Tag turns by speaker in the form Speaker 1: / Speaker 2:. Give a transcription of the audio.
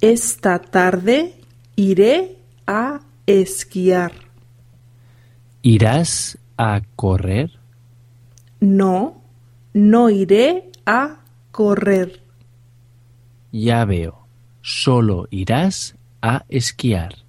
Speaker 1: Esta tarde iré a esquiar.
Speaker 2: ¿Irás a correr?
Speaker 1: No, no iré a correr.
Speaker 2: Ya veo. Solo irás a esquiar.